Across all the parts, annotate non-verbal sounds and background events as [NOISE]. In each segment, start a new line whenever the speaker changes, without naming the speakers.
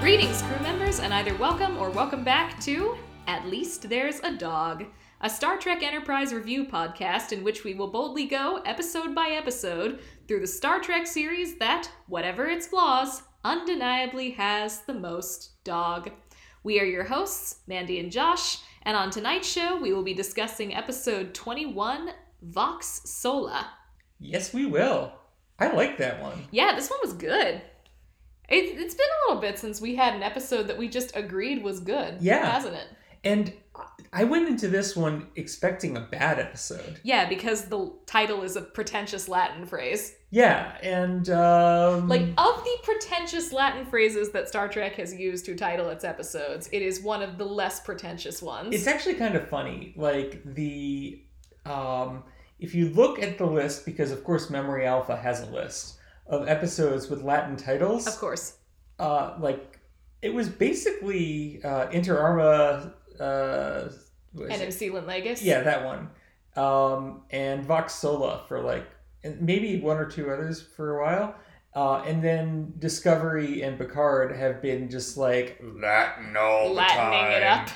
Greetings, crew members, and either welcome or welcome back to At Least There's a Dog, a Star Trek Enterprise review podcast in which we will boldly go, episode by episode, through the Star Trek series that, whatever its flaws, undeniably has the most dog. We are your hosts, Mandy and Josh, and on tonight's show, we will be discussing episode 21, Vox Sola.
Yes, we will. I like that one.
Yeah, this one was good. It, it's been a little bit since we had an episode that we just agreed was good.
Yeah.
Hasn't it?
And I went into this one expecting a bad episode.
Yeah, because the title is a pretentious Latin phrase.
Yeah, and um,
Like, of the pretentious Latin phrases that Star Trek has used to title its episodes, it is one of the less pretentious ones.
it's actually kind of funny. Like the um, if you look at the list, because of course Memory Alpha has a list of episodes with Latin titles.
of course.
Uh, like it was basically uh, Inter Arma. Uh, what is it?
NMC Lin Legis.
Yeah, that one. Um, and Vox Sola for like and maybe one or two others for a while. Uh, and then Discovery and Picard have been just like Latin all
Latining it up.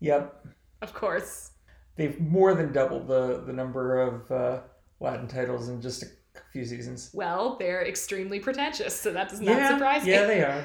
Yep,
Of course.
they've more than doubled the the number of uh, Latin titles in just a few seasons.
Well, they're extremely pretentious, so that does not
yeah,
surprise
yeah,
me.
they are.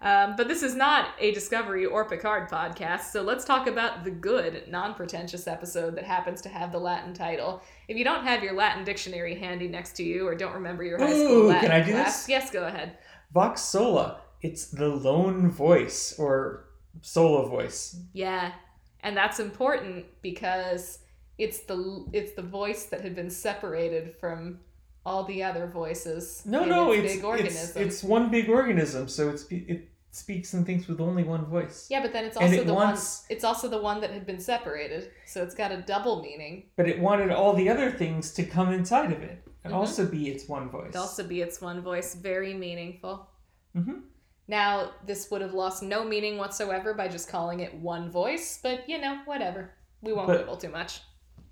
Um, but this is not a Discovery or Picard podcast, so let's talk about the good, non pretentious episode that happens to have the Latin title. If you don't have your Latin dictionary handy next to you or don't remember your high school
Ooh,
Latin
can I do
class,
this?
yes, go ahead.
Vox Sola. It's the lone voice or solo voice.
Yeah, and that's important because it's the it's the voice that had been separated from all the other voices.
No,
in
no,
its,
it's
big
it's,
organism.
it's one big organism. So it's it speaks and thinks with only one voice.
yeah, but then it's
and
also
it
the
wants-
one. It's also the one that had been separated, so it's got a double meaning.
but it wanted all the other things to come inside of it and
Mhm.
also be its one voice.
It'd also be its one voice, very meaningful.
Mhm.
Now, this would have lost no meaning whatsoever by just calling it one voice, but you know, whatever. We won't
But-
quibble too much.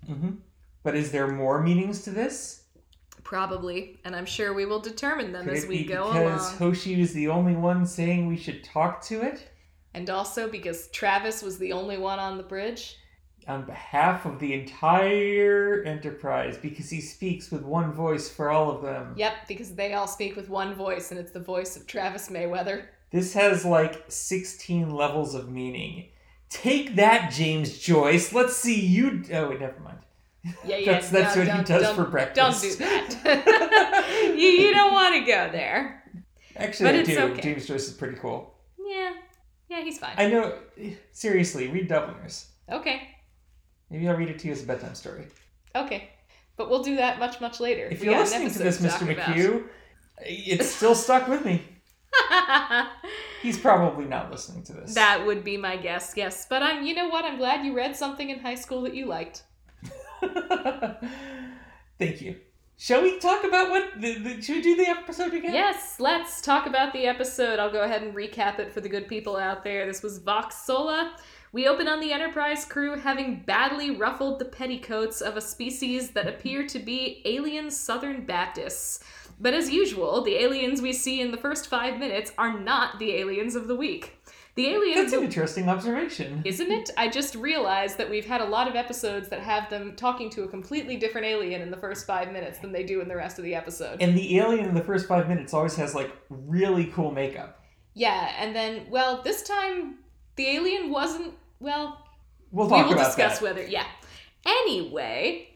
Mhm. But is there more meanings to this?
Probably, and I'm sure we will determine them
Could
as
it
we
be
go
because
along.
Hoshi was the only one saying we should talk to it
And also because Travis was the only one on the bridge.
on behalf of the entire enterprise because he speaks with one voice for all of them.
Yep, because they all speak with one voice, and it's the voice of Travis Mayweather.
This has like 16 levels of meaning. Take that, James Joyce. Let's see you. Oh, wait, never mind.
Yeah, yeah.
That's, that's
no,
what he
don't-
does
don't-
for
Don't
breakfast.
do that. [LAUGHS] you, you don't want to go there.
Actually,
But
I
it's
do.
okay.
James Joyce is pretty cool.
Yeah, yeah, he's fine.
I know. Seriously, read Dubliners.
Okay.
Maybe I'll read it to you as a bedtime story.
Okay. But we'll do that much, much later.
If
We
you're
got an
listening to
episode
this,
talk
Mr.
about.
McHugh, it's still stuck with me. [LAUGHS]
[LAUGHS]
He's probably not listening to this.
that would be my guess, yes. But I'm you know what? I'm glad you read something in high school that you liked.
[LAUGHS] Thank you. Shall we talk about what? The, the, should we do the episode again?
Yes, let's talk about the episode. I'll go ahead and recap it for the good people out there. This was Vox Sola. We open on the Enterprise crew having badly ruffled the petticoats of a species that appear to be alien Southern Baptists. But as usual, the aliens we see in the first five minutes are not the aliens of the week. The aliens
That's an interesting observation.
Isn't it? I just realized that we've had a lot of episodes that have them talking to a completely different alien in the first five minutes than they do in the rest of the episode.
And the alien in the first five minutes always has like really cool makeup.
Yeah, and then, well, this time the alien wasn't, well,
We'll
we
talk
will
about
discuss
that.
whether, yeah. Anyway,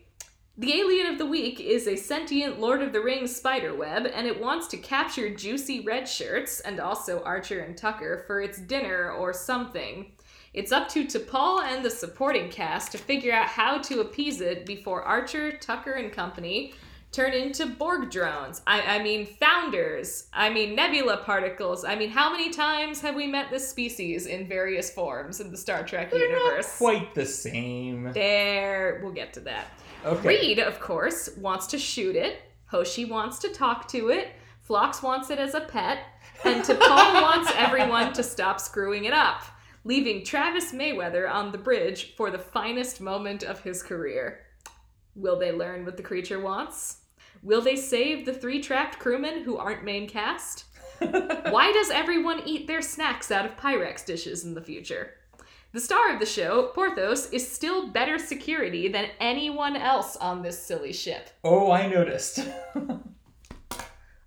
the alien of the week is a sentient Lord of the Rings spider web, and it wants to capture juicy red shirts and also Archer and Tucker for its dinner or something. It's up to T'Pol and the supporting cast to figure out how to appease it before Archer, Tucker, and company turn into Borg drones. I, I mean, founders. I mean, nebula particles. I mean, how many times have we met this species in various forms in the Star Trek
They're
universe?
not quite the same.
There, we'll get to that.
Okay.
Reed, of course, wants to shoot it. Hoshi wants to talk to it. Phlox wants it as a pet. And T'Pol wants everyone to stop screwing it up, leaving Travis Mayweather on the bridge for the finest moment of his career. Will they learn what the creature wants? Will they save the three trapped crewmen who aren't main cast? Why does everyone eat their snacks out of Pyrex dishes in the future? The star of the show, Porthos, is still better security than anyone else on this silly ship.
oh, I noticed. [LAUGHS]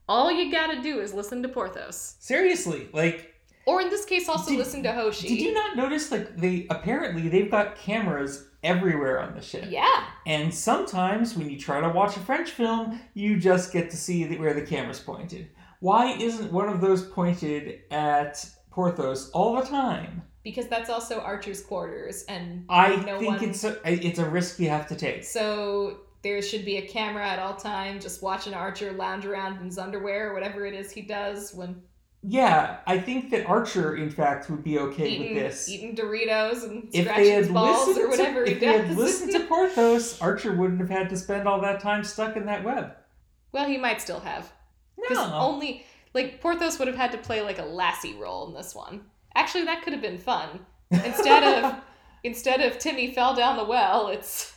All you gotta do is listen to Porthos.
Seriously, like,
Or in this case, also
Did-
listen to Hoshi.
did you not notice? Like, they apparently they've got cameras everywhere on the ship.
yeah.
And sometimes when you try to watch a French film, you just get to see the, where the camera's pointed. Why isn't one of those pointed at Porthos all the time?
Because that's also Archer's quarters, and
I
No
think
one-
it's a it's a risk you have to take.
so there should be a camera at all time just watching Archer lounge around in his underwear or whatever it is he does when
Yeah, I think that Archer, in fact, would be okay
eating,
with this.
eating Doritos and
if
scratching
they had
his balls
listened
or whatever
to,
he
if they
does.
had listened to Porthos, Archer wouldn't have had to spend all that time stuck in that web.
[LAUGHS]
oh,
well, he might still have. Because
No,
only like Porthos would have had to play like a lassie role in this one. Actually, that could have been fun. Instead of instead of Timmy fell down the well, it's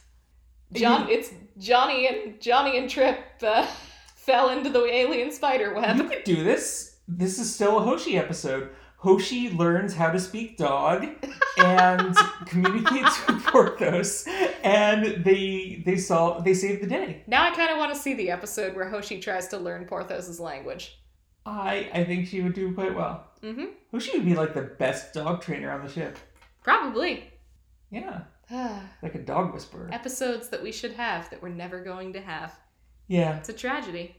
John. It's Johnny and Johnny and Trip uh, [LAUGHS] fell into the alien spider
you
web.
could do this. This is still a Hoshi episode. Hoshi learns how to speak dog
[LAUGHS]
and communicates with Porthos, and they they solve they save the day.
Now I kind of want to see the episode where Hoshi tries to learn Porthos's language.
I I think she would do quite well.
hmm
Hoshi would be like the best dog trainer on the ship.
Probably. [SIGHS]
Yeah, like a dog whisperer.
Episodes that we should have that we're never going to have.
Yeah,
It's a tragedy.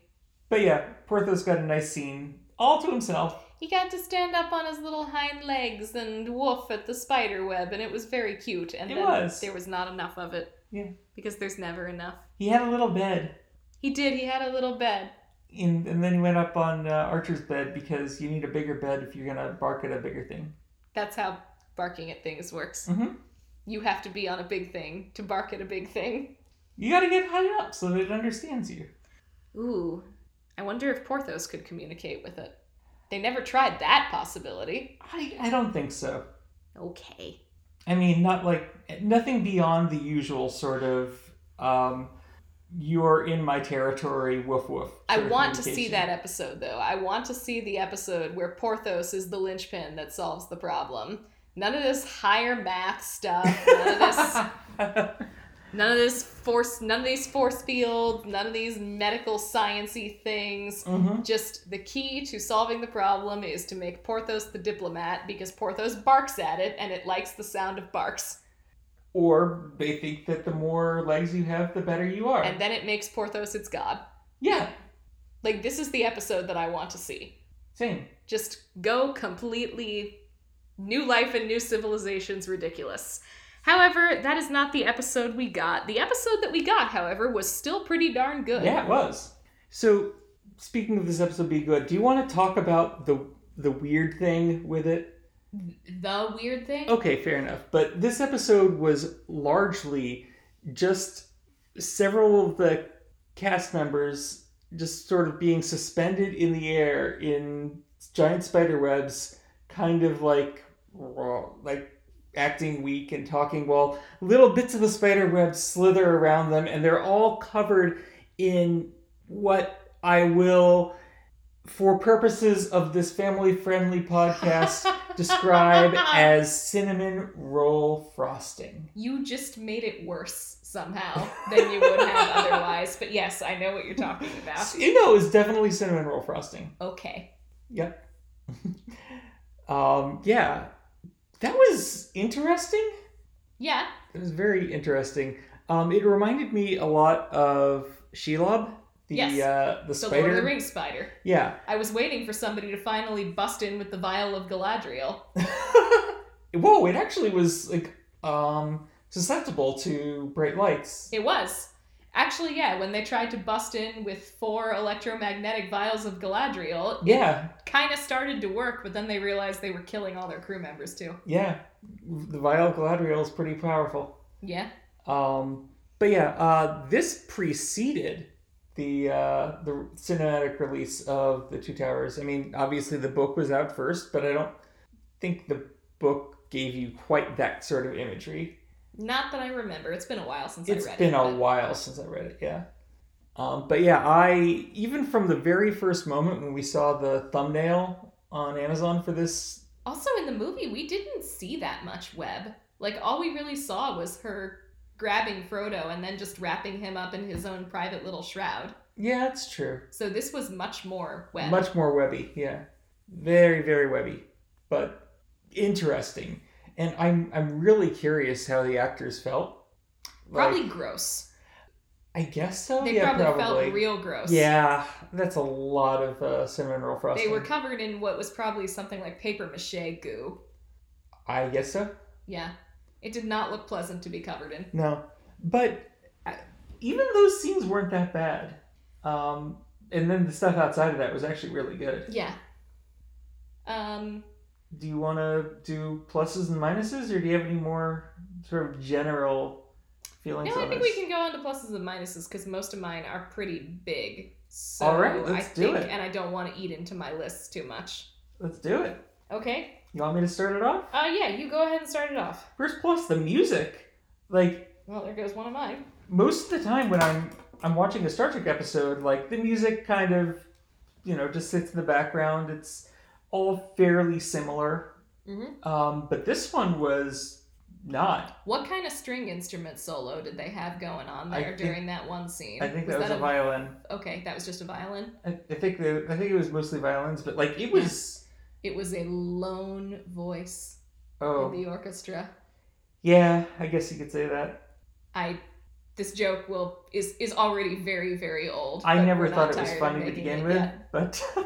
but yeah, Porthos got a nice scene all to himself.
He got to stand up on his little hind legs and woof at the spider web, and it was very cute. And
It
then
was.
there was not enough of it.
Yeah.
Because there's never enough.
He had a little bed,
He did. He had a little bed.
and, and then he went up on uh, Archer's bed because you need a bigger bed if you're gonna bark at a bigger thing.
That's how barking at things works.
Mhm.
You have to be on a big thing to bark at a big thing.
You gotta get high up so that it understands you.
Ooh. I wonder if Porthos could communicate with it. They never tried that possibility.
I, I don't think so.
Okay.
I mean, not like nothing beyond the usual sort of um, you're in my territory, woof woof.
I
sort of
want to see
communication.
that episode though. I want to see the episode where Porthos is the linchpin that solves the problem. None of this higher math stuff. None of
[LAUGHS]
this. none of this force. None of these force fields. None of these medical sciency things.
Mhm.
Just the key to solving the problem is to make Porthos the diplomat because Porthos barks at it and it likes the sound of barks.
Or they think that the more legs you have, the better you are.
And then it makes Porthos its god.
yeah,
Like this is the episode that I want to see.
same.
just go completely new life and new civilizations ridiculous. However, that is not the episode we got. The episode that we got, however, was still pretty darn good.
Yeah, it was. So, speaking of this episode being good, do you want to talk about the the weird thing with it?
The weird thing.
Okay, fair enough. But this episode was largely just several of the cast members just sort of being suspended in the air in giant spider webs, kind of like raw, like acting weak and talking while little bits of the spider web slither around them and they're all covered in what I will for purposes of this family friendly podcast
[LAUGHS]
describe as cinnamon roll frosting.
You just made it worse somehow than you would [LAUGHS] have otherwise. But yes, I know what you're talking about.
You know, it's definitely cinnamon roll frosting.
Okay.
Yep. um, yeah, that was interesting.
Yeah.
It was very interesting. Um, it reminded me a lot of Shelob, the
Yes.
uh, the
So
spider.
Lord of the Rings spider.
Yeah,
I was waiting for somebody to finally bust in with the vial of Galadriel.
whoa! It actually was like um, susceptible to bright lights.
It was. Actually, yeah, when they tried to bust in with four electromagnetic vials of Galadriel,
yeah,
kind of started to work, but then they realized they were killing all their crew members too.
yeah. The Vile Galadriel is pretty powerful.
Yeah.
Um, but yeah, uh, this preceded the uh, the cinematic release of the Two Towers. I mean, obviously the book was out first, but I don't think the book gave you quite that sort of imagery.
Not that I remember. It's been a while since
It's
I read
been
it.
a
but-
while since I read it. Yeah. Um, but yeah, I even from the very first moment when we saw the thumbnail on Amazon for this,
Also, in the movie, we didn't see that much Webb. Like, all we really saw was her grabbing Frodo and then just wrapping him up in his own private little shroud.
yeah, it's true.
So, this was much more Webb.
Much more webby, yeah. Very, very webby, but interesting. And I'm I'm really curious how the actors felt. Like,
probably gross.
I guess so.
They
yeah,
probably,
probably.
felt real gross.
Yeah, that's a lot of uh, cinnamon roll frosting.
They were covered in what was probably something like paper mache goo.
I guess so.
Yeah. It did not look pleasant to be covered in.
No, but uh, even those scenes weren't that bad. Um, and then the stuff outside of that was actually really good.
Yeah. Um,
Do you want to do pluses and minuses, or do you have any more sort of general feelings?
no, I
on
think
this?
we can go on to pluses and minuses because most of mine are pretty big. So
All right, let's
I
do
think,
it.
and I don't want to eat into my lists too much.
Let's do it.
Okay.
You want me to start it off?
Uh, yeah, you go ahead and start it off.
First plus the music. Like
Well, there goes one of mine.
most of the time when I'm I'm watching a Star Trek episode, like the music kind of, you know, just sits in the background. It's all fairly similar.
Mhm.
Um, but this one was not.
What kind of string instrument solo did they have going on
I
there
think-
during that one scene?
I think that was, a, violin.
okay. That was just a violin.
I, I think the, I think it was mostly violins, but like it was.
It was a lone voice in
Oh
the orchestra.
yeah, I guess you could say that.
I this joke will is is already very very old.
I
but
never
we're not
thought it was
tired of
funny to
making
begin
it
with,
yet.
but.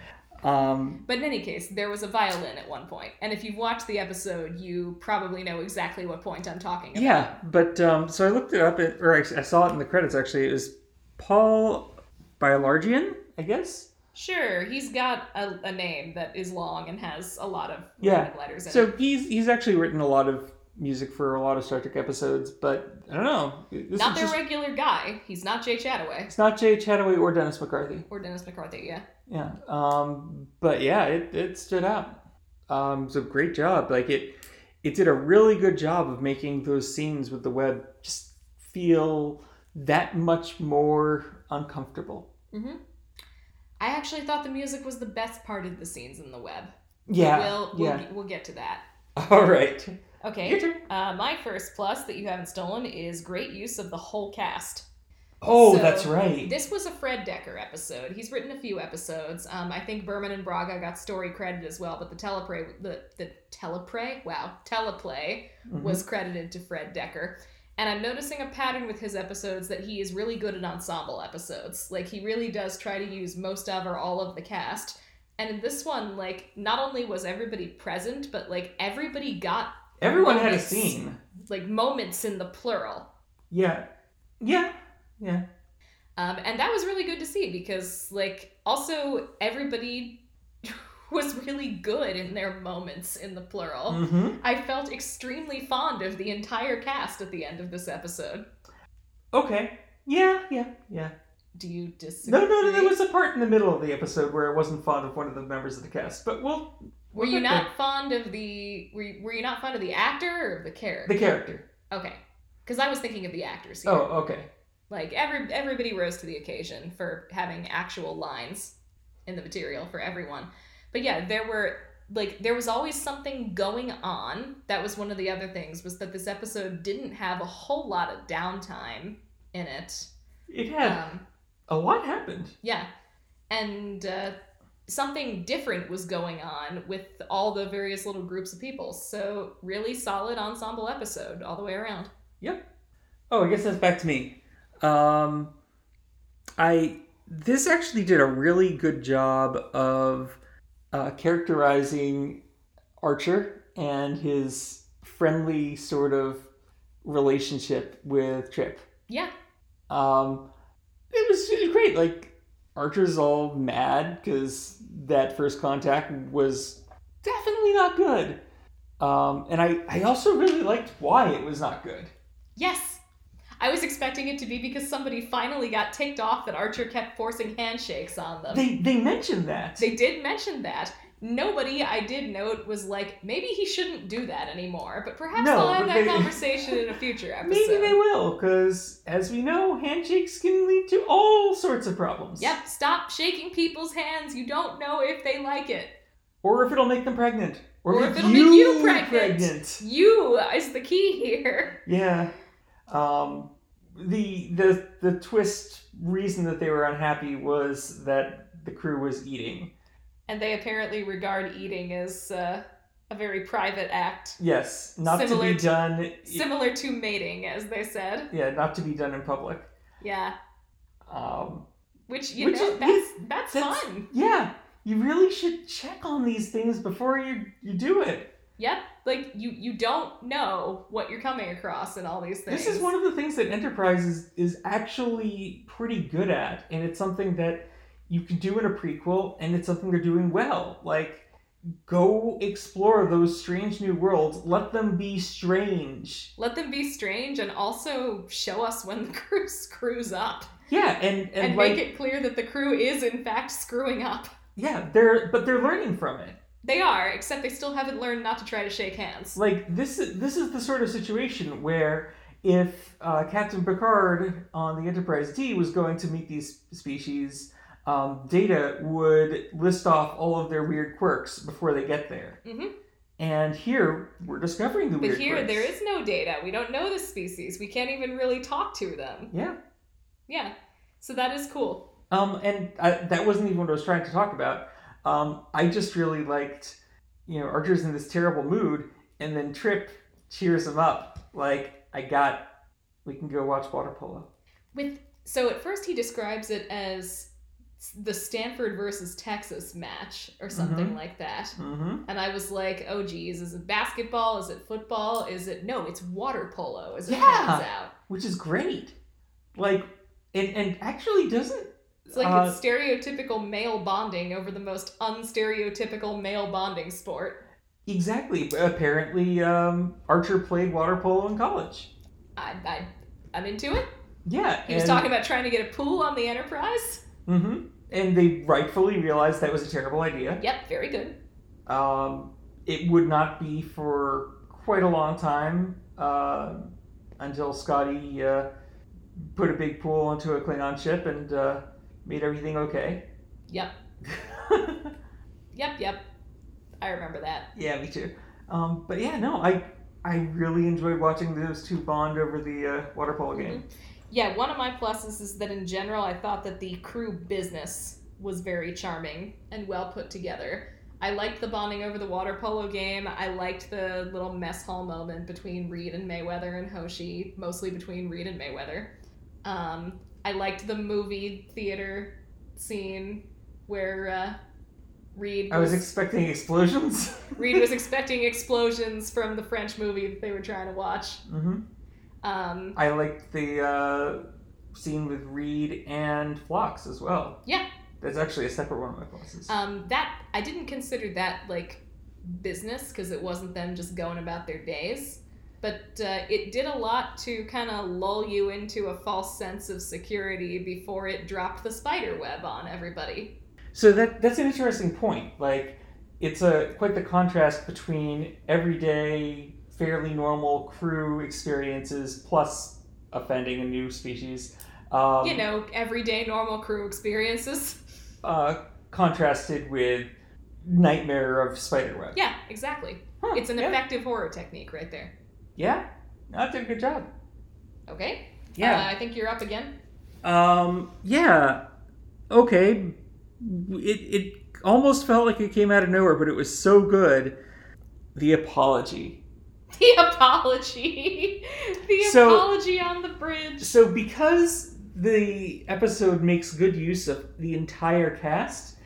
[LAUGHS] um,
But in any case, there was a violin at one point, and if you've watched the episode, you probably know exactly what point I'm talking about.
Yeah, but um, so I looked it up, at, or I, I saw it in the credits actually. It was Paul Bielargian, I guess.
Sure, he's got a, a name that is long and has a lot of
Yeah.
random letters in
So
it.
he's he's actually written a lot of music for a lot of Star Trek episodes, but I don't know. This
Not
is
their
just-
regular guy. He's not Jay Chataway
it's not Jay Chataway or Dennis McCarthy.
or Dennis McCarthy. Yeah.
Yeah. Um, but yeah, it, it stood out. Um, so great job. Like it it did a really good job of making those scenes with the web just feel that much more uncomfortable.
I actually thought the music was the best part of the scenes in the web.
Yeah.
We'll, we'll,
yeah.
we'll get to that.
[LAUGHS] All right.
Okay.
Your turn.
Uh, my first plus that you haven't stolen is great use of the whole cast.
Oh,
So,
that's right.
This was a Fred Decker episode. He's written a few episodes. Um, I think Berman and Braga got story credit as well, but the teleplay, the, the teleplay, wow, teleplay
Mhm.
was credited to Fred Decker. And I'm noticing a pattern with his episodes that he is really good at ensemble episodes. Like he really does try to use most of or all of the cast. And in this one, like not only was everybody present, but like everybody got
everyone had a
moments.
scene.
like moments in the plural.
Yeah. Yeah. Yeah.
Um, and that was really good to see because, like, also everybody [LAUGHS] was really good in their moments in the plural.
hmm
I felt extremely fond of the entire cast at the end of this episode.
Okay. Yeah. Yeah. Yeah.
Do you disagree?
No, no, no. There was a part in the middle of the episode where I wasn't fond of one of the members of the cast, but well,
Were you not fond of the? Were you, were you not fond of the actor or of the character?
the character.
Okay, because I was thinking of the actors. Here.
Oh, okay.
like every everybody rose to the occasion for having actual lines in the material for everyone but yeah there were like there was always something going on that was one of the other things was that this episode didn't have a whole lot of downtime in it
It had
um,
a lot happened.
yeah and uh, something different was going on with all the various little groups of people so really solid ensemble episode all the way around
Oh, I guess that's back to me. Um, I this actually did a really good job of uh, characterizing Archer and his friendly sort of relationship with Trip.
yeah
Um, it was it was great. Like Archer's all mad because that first contact was definitely not good. Um, and I, I also really liked why it was not good.
Yes. I was expecting it to be because somebody finally got ticked off that Archer kept forcing handshakes on them.
They they mentioned that.
They did mention that, Nobody I did note was like, maybe he shouldn't do that anymore, but perhaps
No,
I'll have that
they-
conversation
[LAUGHS]
in a future episode.
Maybe they will, because as we know, handshakes can lead to all sorts of problems.
Yep, stop shaking people's hands. You don't know if they like it.
Or if it'll make them pregnant.
Or if it'll make you pregnant. You is the key here.
Yeah. Um, the the the twist reason that they were unhappy was that the crew was eating.
And they apparently regard eating as uh, a very private act,
Yes, not
Similar
to be
to-
done.
similar to mating, as they said.
yeah, not to be done in public.
Yeah,
Um,
which you
Which
know,
is-
that's, that's
that's-
fun.
yeah, you really should check on these things before you you do it.
Yep, like you you don't know what you're coming across in all these things.
This is one of the things that Enterprise is, is actually pretty good at, and it's something that you can do in a prequel, and it's something they're doing well. Like, go explore those strange new worlds, let them be strange.
Let them be strange and also show us when the [LAUGHS] crew screws up
Yeah, and, and,
and,
like,
make it clear that the crew is in fact screwing up.
yeah, they're but they're learning from it.
They are, except they still haven't learned not to try to shake hands.
Like this is this is the sort of situation where if uh, Captain Picard on the Enterprise D was going to meet these species, um, Data would list off all of their weird quirks before they get there.
Mhm.
And here we're discovering the
But
weird.
here,
quirks.
there is no data. We don't know the species. We can't even really talk to them.
Yeah.
Yeah. So that is cool.
Um, and I, that wasn't even what I was trying to talk about. Um, I just really liked, you know, Archer's in this terrible mood, and then Trip cheers him up. Like, I got, we can go watch water polo.
With so at first he describes it as the Stanford versus Texas match or something like that.
Mm-hmm.
And I was like, oh geez, is it basketball? Is it football? Is it no, it's water polo as it
Yeah.
turns out.
which is great. Like, and and actually doesn't.
It's like
Uh,
it's stereotypical male bonding over the most unstereotypical male bonding sport.
Exactly. but Apparently, um, Archer played water polo in college.
I, I, I'm into it.
Yeah.
He was talking about trying to get a pool on the Enterprise.
hmm And they rightfully realized that was a terrible idea.
Yep, very good.
Um, it would not be for quite a long time uh, until Scotty uh, put a big pool into a Klingon ship and uh, made everything okay. [LAUGHS]
Yep, yep, yep. I remember that.
Yeah, me too. Um, but yeah, no, I I really enjoyed watching those two bond over the uh, water polo game.
Mm-hmm. Yeah, one of my pluses is that in general, I thought that the crew business was very charming and well put together. I liked the bonding over the water polo game. I liked the little mess hall moment between Reed and Mayweather and Hoshi, mostly between Reed and Mayweather. Um, I liked the movie theater scene where uh, Reed
I was expecting explosions.
Reed
[LAUGHS]
was expecting explosions from the French movie that they were trying to watch.
hmm
Um,
I liked the uh, scene with Reed and Phlox as well.
Yeah.
That's actually a separate one of my pluses.
um, that I didn't consider that like business because it wasn't them just going about their days, but uh, it did a lot to kind of lull you into a false sense of security before it dropped the spider web on everybody.
So that that's an interesting point. Like, it's a quite the contrast between everyday, fairly normal crew experiences plus offending a new species. Um,
you know, everyday normal crew
[LAUGHS]
experiences.
uh, contrasted with Nightmare of Spiderweb.
yeah, exactly.
Huh,
It's an
yeah.
effective horror technique right there.
Yeah, I did a good job.
Okay.
Yeah.
Uh, I think you're up again. [LAUGHS]
um. Yeah. Okay. It it almost felt like it came out of nowhere, but it was so good. The apology.
The apology. [LAUGHS] The
So-
apology on the bridge.
So because the episode makes good use of the entire cast,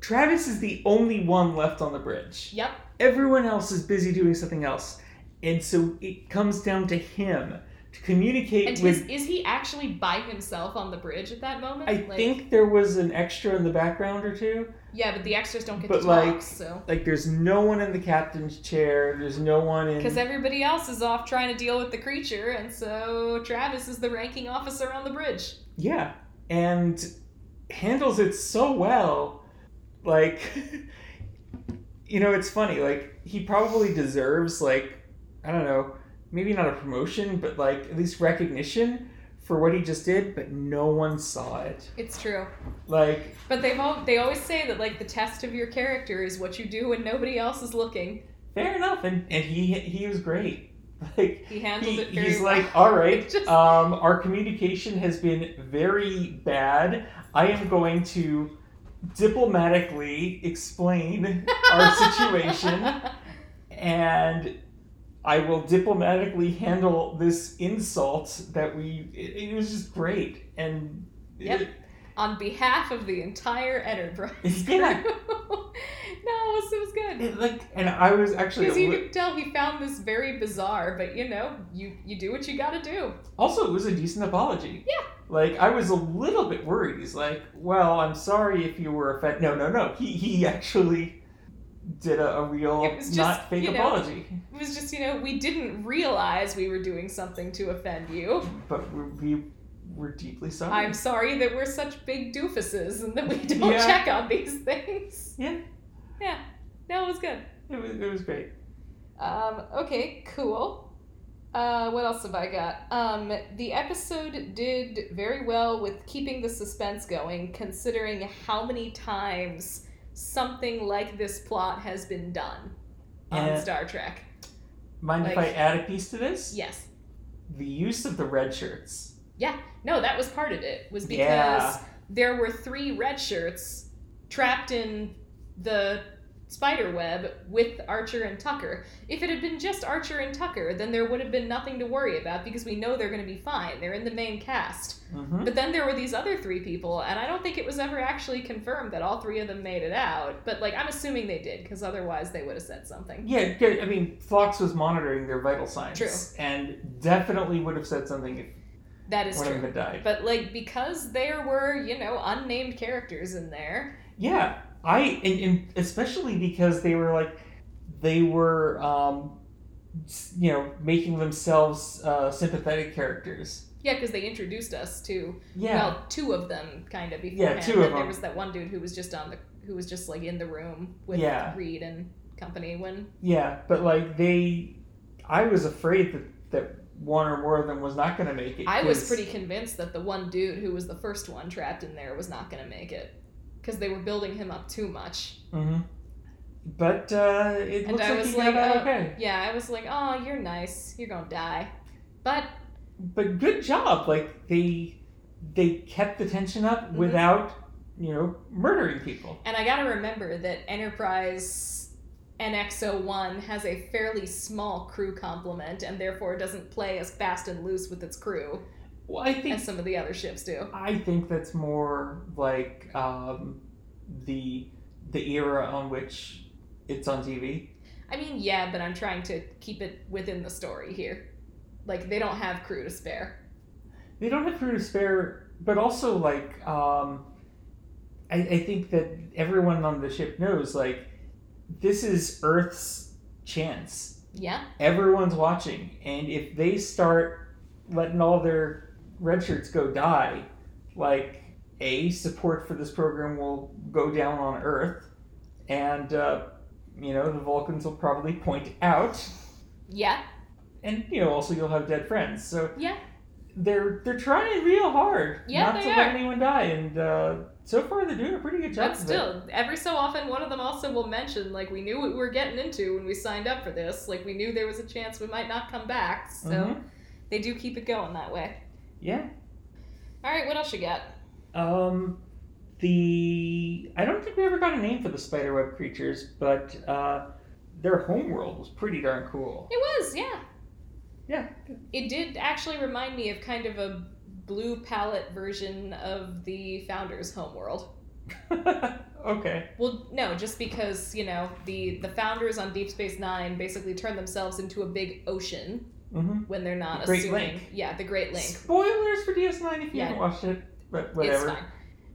Travis is the only one left on the bridge.
Yep.
everyone else is busy doing something else and so it comes down to him to communicate
And
with
is, is he actually by himself on the bridge at that moment?
i
Like-
think there was an extra in the background or two
Yeah, but the extras don't get
But,
to
like-
talk, so.
like there's no one in the captain's chair there's no one in
Because everybody else is off trying to deal with the creature, and so Travis is the ranking officer on the bridge.
yeah and handles it so well like [LAUGHS] you know, it's funny. Like he probably deserves like I don't know, maybe not a promotion, but like at least recognition for what he just did. But no one saw it.
It's true.
Like
But they've all they always say that like the test of your character is what you do when nobody else is looking.
fair enough, and and he he was great. [LAUGHS] Like
He handled
He-
it very
he's
well.
like, all right,
[LAUGHS] Just-
um, our communication has been very bad. I am going to diplomatically
[LAUGHS]
explain our situation, and I will diplomatically handle this insult that we. It, it was just great, and
Yep. [LAUGHS] on behalf of the entire Enterprise.
[LAUGHS] Yeah.
crew. no, it was, it was good.
it- like, and I was actually
Because
a
you
li-
could tell he found this very bizarre, but you know, you you do what you gotta do.
Also, it was a decent apology.
Yeah.
Like I was a little bit worried. He's like, "Well, I'm sorry if you were offended." No, no, no. He he actually did a, a real,
It was just,
not fake
you know-
apology.
It was just, you know, we didn't realize we were doing something to offend you.
But we we were deeply sorry.
I'm sorry that we're such big doofuses and
[LAUGHS]
that we don't
Yeah.
check on these things.
Yeah.
Yeah. No, it was good.
It was it was great.
Um, okay, cool. Uh, what else have I got? Um, the episode did very well with keeping the suspense going, considering how many times something like this plot has been done on
And-
Star Trek.
Mind if I
Like-
add a piece to this?
Yes.
The use of the red shirts.
No, that was part of it. Was because
Yeah.
there were three red shirts trapped in the spider web with Archer and Tucker. If it had been just Archer and Tucker, then there would have been nothing to worry about because we know they're going to be fine. They're in the main cast.
hmm
But then there were these other three people, and I don't think it was ever actually confirmed that all three of them made it out. But like, I'm assuming they did because otherwise they would have said something.
Yeah, good. I mean, Phlox was monitoring their vital signs,
True.
and definitely would have said something if
That is
one of
true.
them had died.
But like, because there were you know unnamed characters in there,
Yeah, I and, and especially because they were like they were um, s- you know making themselves uh, sympathetic characters.
Yeah, because they introduced us to
Yeah,
well, two of them kind of
Yeah,
beforehand.
two
And
of
There
them.
was that one dude who was just on the who was just like in the room with
Yeah.
Reed and company when
yeah, but like they, I was afraid that that one or more of them was not going to make it.
I was
'cause-
pretty convinced that the one dude who was the first one trapped in there was not going to make it because they were building him up too much.
Mhm. But uh, it
And
looks
I
like
was
he
like,
got out
uh,
okay.
Yeah, I was like, "Oh, you're nice. You're going to die." But
But good job, like they they kept the tension up
Mhm.
without you know murdering people.
and I got to remember that Enterprise NX01 has a fairly small crew complement and therefore doesn't play as fast and loose with its crew.
Well, I think
as some of the other ships do.
I think that's more like um, the the era on which it's on TV.
I mean, yeah, but I'm trying to keep it within the story here. Like they don't have crew to spare.
They don't have crew to spare, but also like um, I, I think that everyone on the ship knows like this is Earth's chance.
Yeah,
Everyone's watching, and if they start letting all their red shirts go die, like a support for this program will go down on Earth, and uh, you know the Vulcans will probably point out,
yeah,
and you know also you'll have dead friends. So
Yeah.
they're they're trying real hard
Yeah,
not
they
to
are.
let anyone die, and uh, so far they're doing a pretty good job.
but
of it.
still, every so often one of them also will mention like we knew what we were getting into when we signed up for this. Like we knew there was a chance we might not come back, so
Mhm.
they do keep it going that way.
yeah.
All right, what else you got?
Um, the I don't think we ever got a name for the spiderweb creatures, but uh, their homeworld was pretty darn cool. [LAUGHS]
It was, yeah.
Yeah.
It did actually remind me of kind of a blue palette version of the Founder's homeworld.
okay.
Well, no, just because you know the the founders on Deep Space Nine basically turn themselves into a big ocean
hmm
when they're not
The Great
assuming.
Lake.
Yeah, the Great Lake.
Spoilers for DS9 if you
Yeah.
haven't watched it, but
It's
whatever.
fine.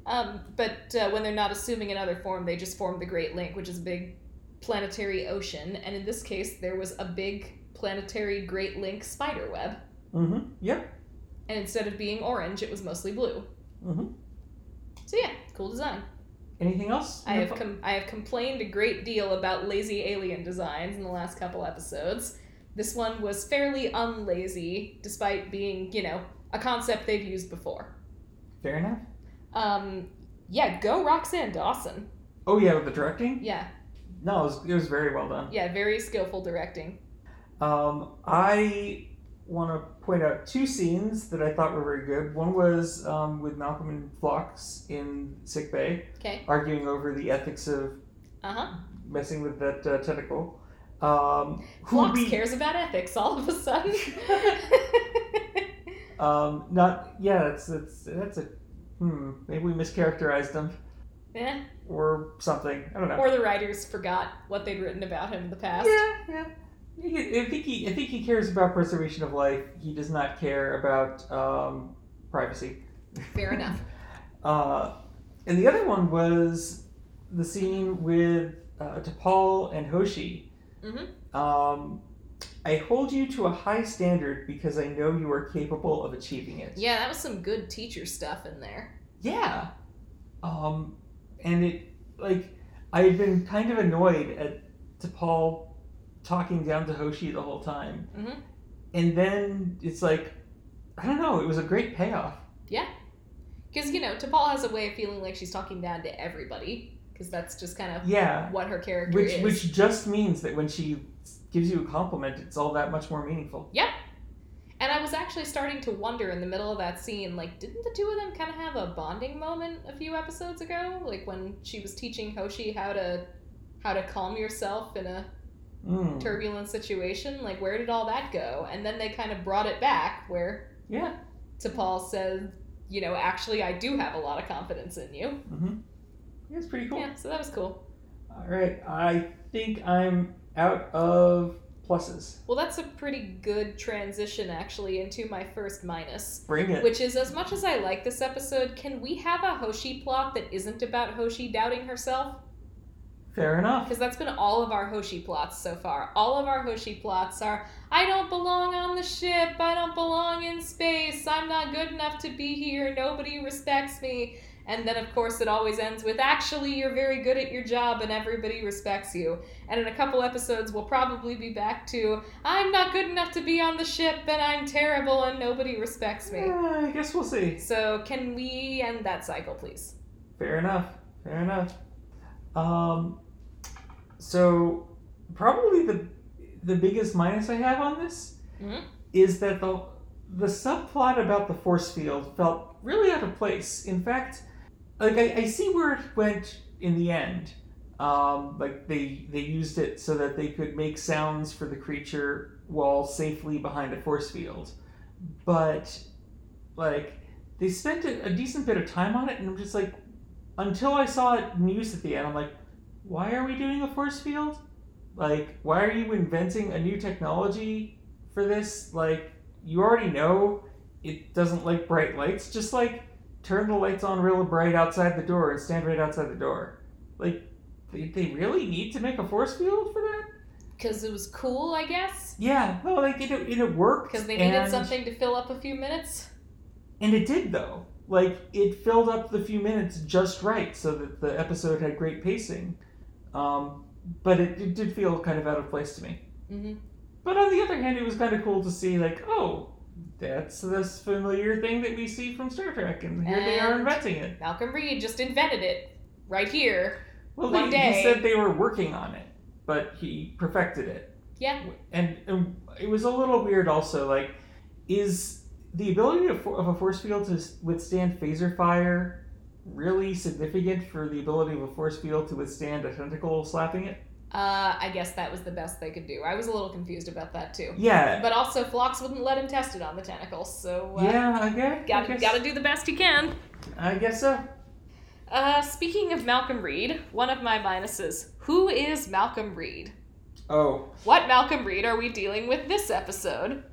Um, but uh, when they're not assuming another form, they just form the Great Lake, which is a big planetary ocean. And in this case, there was a big planetary Great Link spider web.
hmm Yep.
And instead of being orange, it was mostly blue.
hmm
So yeah, cool design.
Anything else?
I have com- I have complained a great deal about lazy alien designs in the last couple episodes. This one was fairly unlazy, despite being, you know, a concept they've used before.
Fair enough.
Um, yeah, go Roxanne Dawson.
Oh yeah, with the directing.
Yeah,
No, it was, it was very well done.
yeah, very skillful directing.
Um, I want to point out two scenes that I thought were very good. One was um, with Malcolm and Phlox in sick bay,
Okay.
arguing over the ethics of
Uh huh.
messing with that uh, tentacle. Um, who
Flox
we-
cares about ethics all of a
[LAUGHS]
sudden.
Um, not yeah, that's that's that's a hmm. Maybe we mischaracterized them
Eh,
or something. I don't know.
Or the writers forgot what they'd written about him in the past.
Yeah, yeah. He- I think he, I think he cares about preservation of life. He does not care about um, privacy.
Fair enough.
Uh, and the other one was the scene with uh, T'Pol and Hoshi.
Mhm.
Um, I hold you to a high standard because I know you are capable of achieving it.
Yeah, that was some good teacher stuff in there.
Yeah. Um, and it, like, I had been kind of annoyed at T'Pol talking down to Hoshi the whole time.
Mhm.
And then it's like, I don't know, it was a great payoff.
Because, you know, T'Pol has a way of feeling like she's talking down to everybody. Because that's just kind of
Yeah.
what her character
Which,
is.
which just means that when she gives you a compliment, it's all that much more meaningful.
And I was actually starting to wonder in the middle of that scene, like, didn't the two of them kind of have a bonding moment a few episodes ago? Like when she was teaching Hoshi how to how to calm yourself in a
Mm.
turbulent situation. Like, where did all that go? And then they kind of brought it back, where
Yeah.
T'Pol says, you know, actually, I do have a lot of confidence in you.
Mm-hmm. It's pretty cool.
Yeah, so that was cool.
All right. I think I'm out of pluses.
Well, that's a pretty good transition actually into my first minus.
Bring it.
Which is, as much as I like this episode, can we have a Hoshi plot that isn't about Hoshi doubting herself?
Fair enough.
Because that's been all of our Hoshi plots so far. All of our Hoshi plots are I don't belong on the ship, I don't belong in space, I'm not good enough to be here, nobody respects me. And then, of course, it always ends with actually, you're very good at your job and everybody respects you. And in a couple episodes, we'll probably be back to I'm not good enough to be on the ship and I'm terrible and nobody respects me.
Yeah, I guess we'll see.
So can we end that cycle, please?
Fair enough. Fair enough. Um, so probably the the biggest minus I have on this
Mhm.
is that the the subplot about the force field felt really out of place. In fact, like I, I see where it went in the end. Um, like they they used it so that they could make sounds for the creature while safely behind a force field, but like they spent a, a decent bit of time on it, and I'm just like, until I saw it in use at the end, I'm like, why are we doing a force field? Like, why are you inventing a new technology for this? Like, you already know it doesn't like bright lights. Just like turn the lights on real bright outside the door and stand right outside the door. Like, they, they really need to make a force field for that?
Because it was cool, I guess.
Yeah, no, like it, it, it worked.
Because they needed
and-
something to fill up a few minutes.
And it did though. Like it filled up the few minutes just right, so that the episode had great pacing. Um, but it, it did feel kind of out of place to me.
hmm
But on the other hand, it was kind of cool to see like, oh, that's this familiar thing that we see from Star Trek, and here they are
And-
inventing it.
Malcolm Reed just invented it right here.
Well,
one
they,
day-
he said they were working on it, but he perfected it.
Yeah.
and, and it was a little weird also like is the ability of, of a force field to withstand phaser fire really significant for the ability of a force field to withstand a tentacle slapping it
Uh, I guess that was the best they could do. I was a little confused about that too.
yeah
But also, Phlox wouldn't let him test it on the tentacles, so uh,
yeah i guess, I,
gotta
guess
gotta do the best you can.
I guess so
Uh, speaking of Malcolm Reed, one of my minuses: Who is Malcolm Reed?
oh
What Malcolm Reed are we dealing with this episode?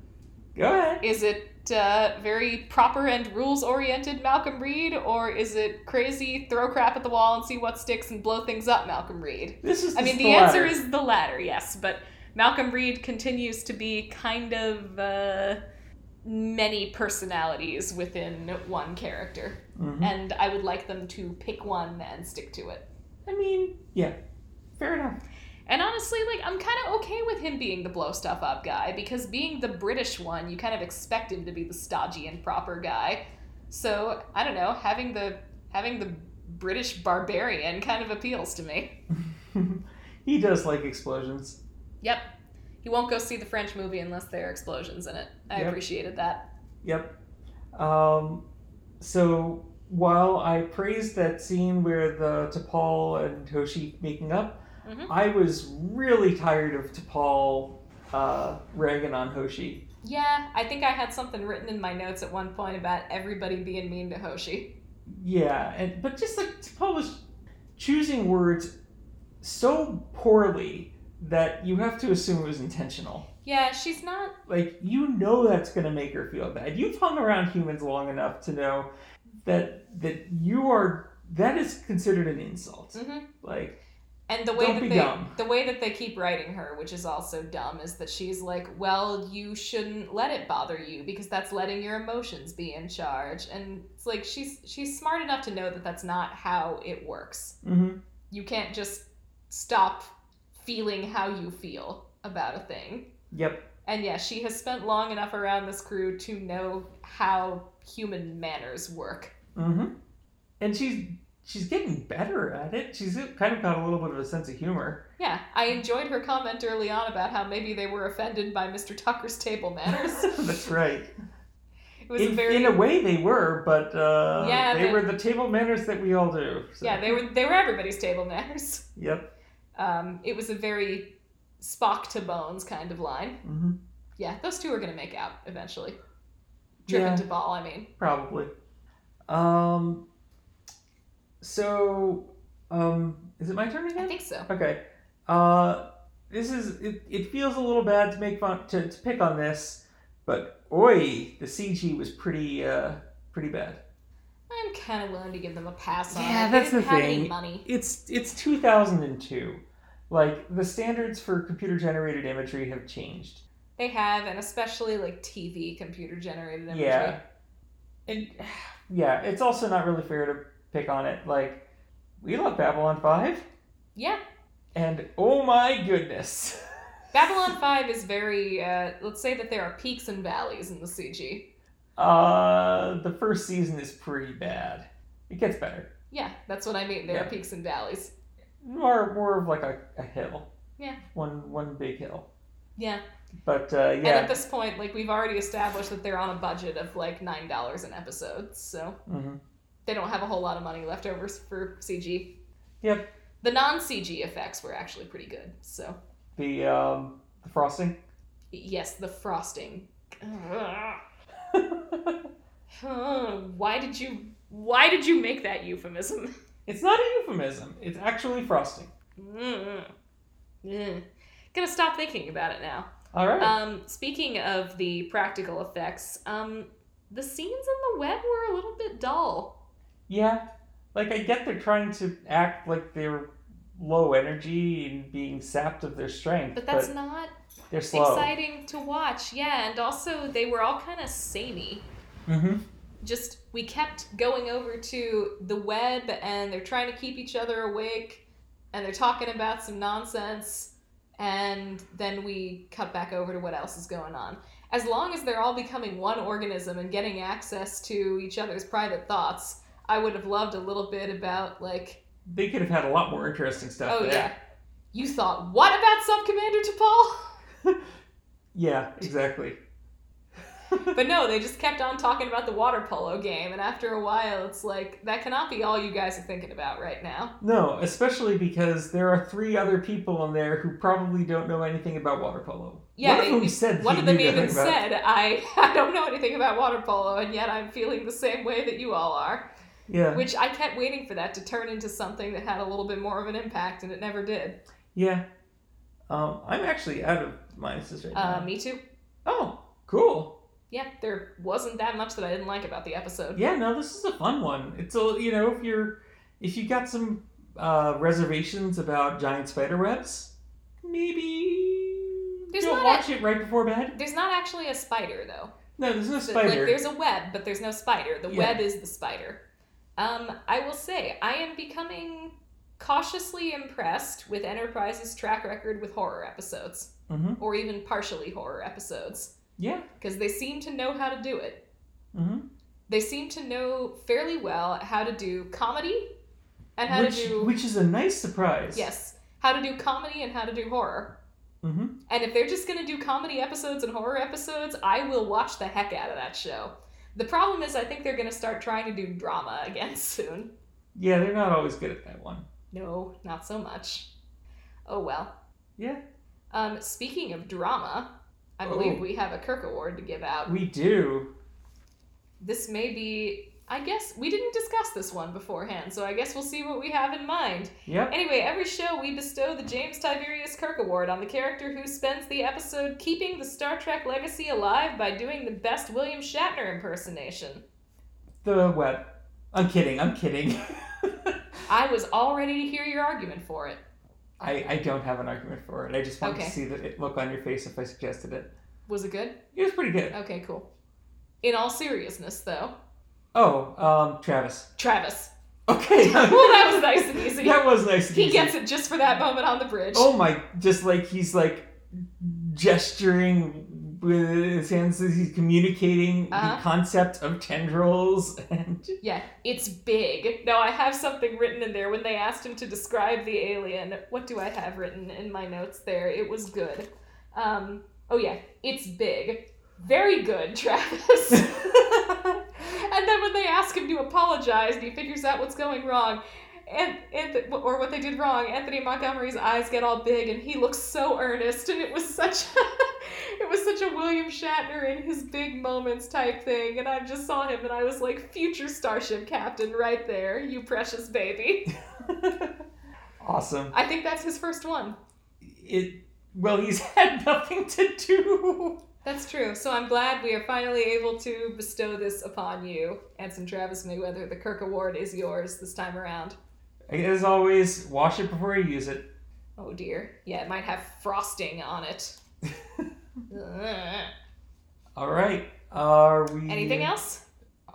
go ahead
Is it uh, very proper and rules oriented Malcolm Reed, or is it crazy, throw crap at the wall and see what sticks and blow things up Malcolm Reed?
this is
I mean,
the
the answer
latter.
is the latter, yes, but Malcolm Reed continues to be kind of uh, many personalities within one character,
Mhm.
and I would like them to pick one and stick to it.
I mean, yeah, fair enough.
And honestly, like, I'm kind of okay with him being the blow stuff up guy because being the British one, you kind of expect him to be the stodgy and proper guy. So I don't know, having the having the British barbarian kind of appeals to me.
[LAUGHS] he does like explosions.
Yep, he won't go see the French movie unless there are explosions in it. I
Yep.
appreciated that.
Yep. Um, so while I praised that scene where the T'Pol and Toshi making up,
Mhm.
I was really tired of T'Pol uh, ragging on Hoshi.
Yeah, I think I had something written in my notes at one point about everybody being mean to Hoshi.
Yeah, and but just like T'Pol was choosing words so poorly that you have to assume it was intentional.
Yeah, she's not.
like you know that's going to make her feel bad you've hung around humans long enough to know that that you are that is considered an insult
hmm
like
And the way
Don't
that
be
they
dumb.
the way that they keep writing her, which is also dumb, is that she's like, "Well, you shouldn't let it bother you because that's letting your emotions be in charge." And it's like she's she's smart enough to know that that's not how it works.
mhm.
You can't just stop feeling how you feel about a thing.
yep
And yeah, she has spent long enough around this crew to know how human manners work.
hmm and she's she's getting better at it she's kind of got a little bit of a sense of humor
Yeah, I enjoyed her comment early on about how maybe they were offended by Mr. Tucker's table manners.
[LAUGHS] that's right
It was
in,
a very
in a way they were but uh,
Yeah, but-
they were the table manners that we all do so-
yeah. They were they were everybody's table manners.
yep
Um, it was a very Spock to Bones kind of line.
hmm
Yeah, those two are gonna make out eventually. Trip
Yeah.
into ball. I mean,
probably. Um. So, um, is it my turn
I
again?
think so.
Okay. Uh, this is it. It feels a little bad to make fun to, to pick on this, but oi, the CG was pretty uh pretty bad.
I'm kind of willing to give them a pass on.
Yeah,
it.
that's
they didn't
the
have Any
thing.
money.
It's it's two thousand and two. Like the standards for computer generated imagery have changed.
They have, and especially like TV computer generated imagery.
Yeah.
[SIGHS]
And yeah, it's also not really fair to pick on it. Like we love Babylon Five.
Yeah.
And oh my goodness. [LAUGHS]
Babylon Five is very. Uh, let's say that there are peaks and valleys in the CG.
Uh the first season is pretty bad. It gets better.
Yeah, that's what I mean. There
Yeah.
are peaks and valleys.
More more of like a, a hill.
Yeah.
One one big hill.
Yeah.
But uh
And at
yeah.
this point, like we've already established that they're on a budget of like nine dollars an episode, so
hmm
they don't have a whole lot of money left over s- for CG.
Yep.
The non CG effects were actually pretty good. So
The um the frosting. [LAUGHS]
yes, the frosting. Huh, why did you why did you make that euphemism? [LAUGHS]
It's not a euphemism. It's actually frosting.
Mm. Mm. Gonna stop thinking about it now.
All right.
Um, speaking of the practical effects, um, the scenes in the web were a little bit dull.
yeah. Like I get they're trying to act like they're low energy and being sapped of their strength,
But that's not
they're slow.
exciting to watch. Yeah, and also they were all kind of samey.
Mm-hmm.
Just we kept going over to the web and they're trying to keep each other awake and they're talking about some nonsense and then we cut back over to what else is going on. As long as they're all becoming one organism and getting access to each other's private thoughts, I would have loved a little bit about like
They could have had a lot more interesting stuff
oh
there.
yeah. You thought what about Sub Commander T'Pol?
Yeah, exactly.
[LAUGHS] But no, they just kept on talking about the water polo game, and after a while, it's like that cannot be all you guys are thinking about right now.
No, especially because there are three other people in there who probably don't know anything about water polo.
Yeah,
one of
they-
them said
One
he
of them
knew nothing
even
about it.
said, "I [LAUGHS] I don't know anything about water polo, and yet I'm feeling the same way that you all are."
"Yeah,
Which I kept waiting for that to turn into something that had a little bit more of an impact, and it never did.
yeah." Um, I'm actually out of my sister.
Uh, me too.
oh, cool.
Yeah, there wasn't that much that I didn't like about the episode.
Yeah, no, this is a fun one. It's a you know if you're if you got some uh, reservations about giant spider webs, maybe
There's
don't
not
watch it right before bed.
There's not actually a spider though.
No, there's no
So,
spider.
Like there's a web, but there's no spider. The
Yeah.
web is the spider. Um, I will say I am becoming cautiously impressed with Enterprise's track record with horror episodes,
hmm
or even partially horror episodes,
Yeah.
because they seem to know how to do it.
hmm
They seem to know fairly well how to do comedy and how
Which,
to do
which is a nice surprise.
yes, how to do comedy and how to do horror.
hmm
And if they're just going to do comedy episodes and horror episodes, I will watch the heck out of that show. The problem is, I think they're going to start trying to do drama [LAUGHS] again soon.
Yeah, they're not always good at that one.
No, not so much. Oh well.
Yeah,
Um, speaking of drama, I believe
Oh.
we have a Kirk Award to give out.
we do.
This may be, I guess, we didn't discuss this one beforehand, so I guess we'll see what we have in mind.
Yep.
Anyway, every show we bestow the James Tiberius Kirk Award on the character who spends the episode keeping the Star Trek legacy alive by doing the best William Shatner impersonation.
The web. I'm kidding. I'm kidding. [LAUGHS]
I was all ready to hear your argument for it.
I, I don't have an argument for it. I just wanted
Okay.
to see the look on your face if I suggested it.
Was it good?
It was pretty good.
Okay, cool. In all seriousness, though,
Oh, um, Travis. [LAUGHS]
Travis.
Okay. [LAUGHS]
Well, [LAUGHS] that was nice and easy.
That was nice. and
He
easy.
gets it just for that moment on the bridge.
Oh my! Just like he's like gesturing with his hands, as he's communicating
Uh-huh.
the concept of tendrils and
Yeah, it's big. Now, I have something written in there when they asked him to describe the alien. What do I have written in my notes there? It was good. Um, oh, yeah, it's big. Very good, Travis. [LAUGHS] and then when they ask him to apologize and he figures out what's going wrong, and, and or what they did wrong, Anthony Montgomery's eyes get all big and he looks so earnest and it was such a, [LAUGHS] it was such a William Shatner in his big moments type thing and I just saw him and I was like future starship captain right there, you precious baby.
awesome.
I think that's his first one.
It well, he's [LAUGHS] had nothing to do.
That's true. So I'm glad we are finally able to bestow this upon you, Anson Travis Mayweather. The Kirk Award is yours this time around.
As always, wash it before you use it.
Oh dear. Yeah, it might have frosting on it. Ugh.
All right. Are we?
Anything else?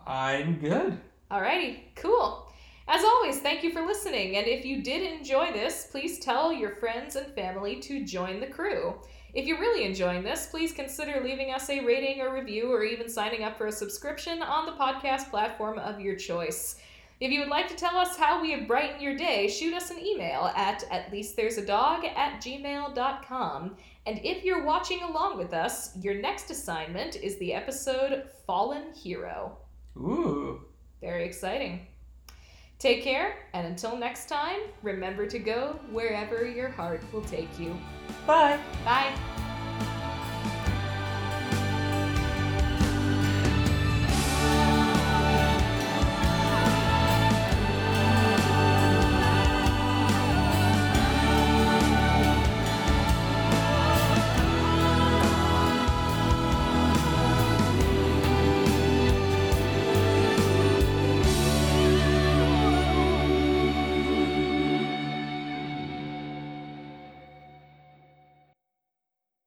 I'm good.
Alrighty, cool. As always, thank you for listening. And if you did enjoy this, please tell your friends and family to join the crew. If you're really enjoying this, please consider leaving us a rating or review or even signing up for a subscription on the podcast platform of your choice. If you would like to tell us how we have brightened your day, shoot us an email at at least there's a dog at gmail.com. And if you're watching along with us, your next assignment is the episode Fallen Hero.
Ooh.
Very exciting. Take care, and until next time, remember to go wherever your heart will take you.
Bye.
Bye.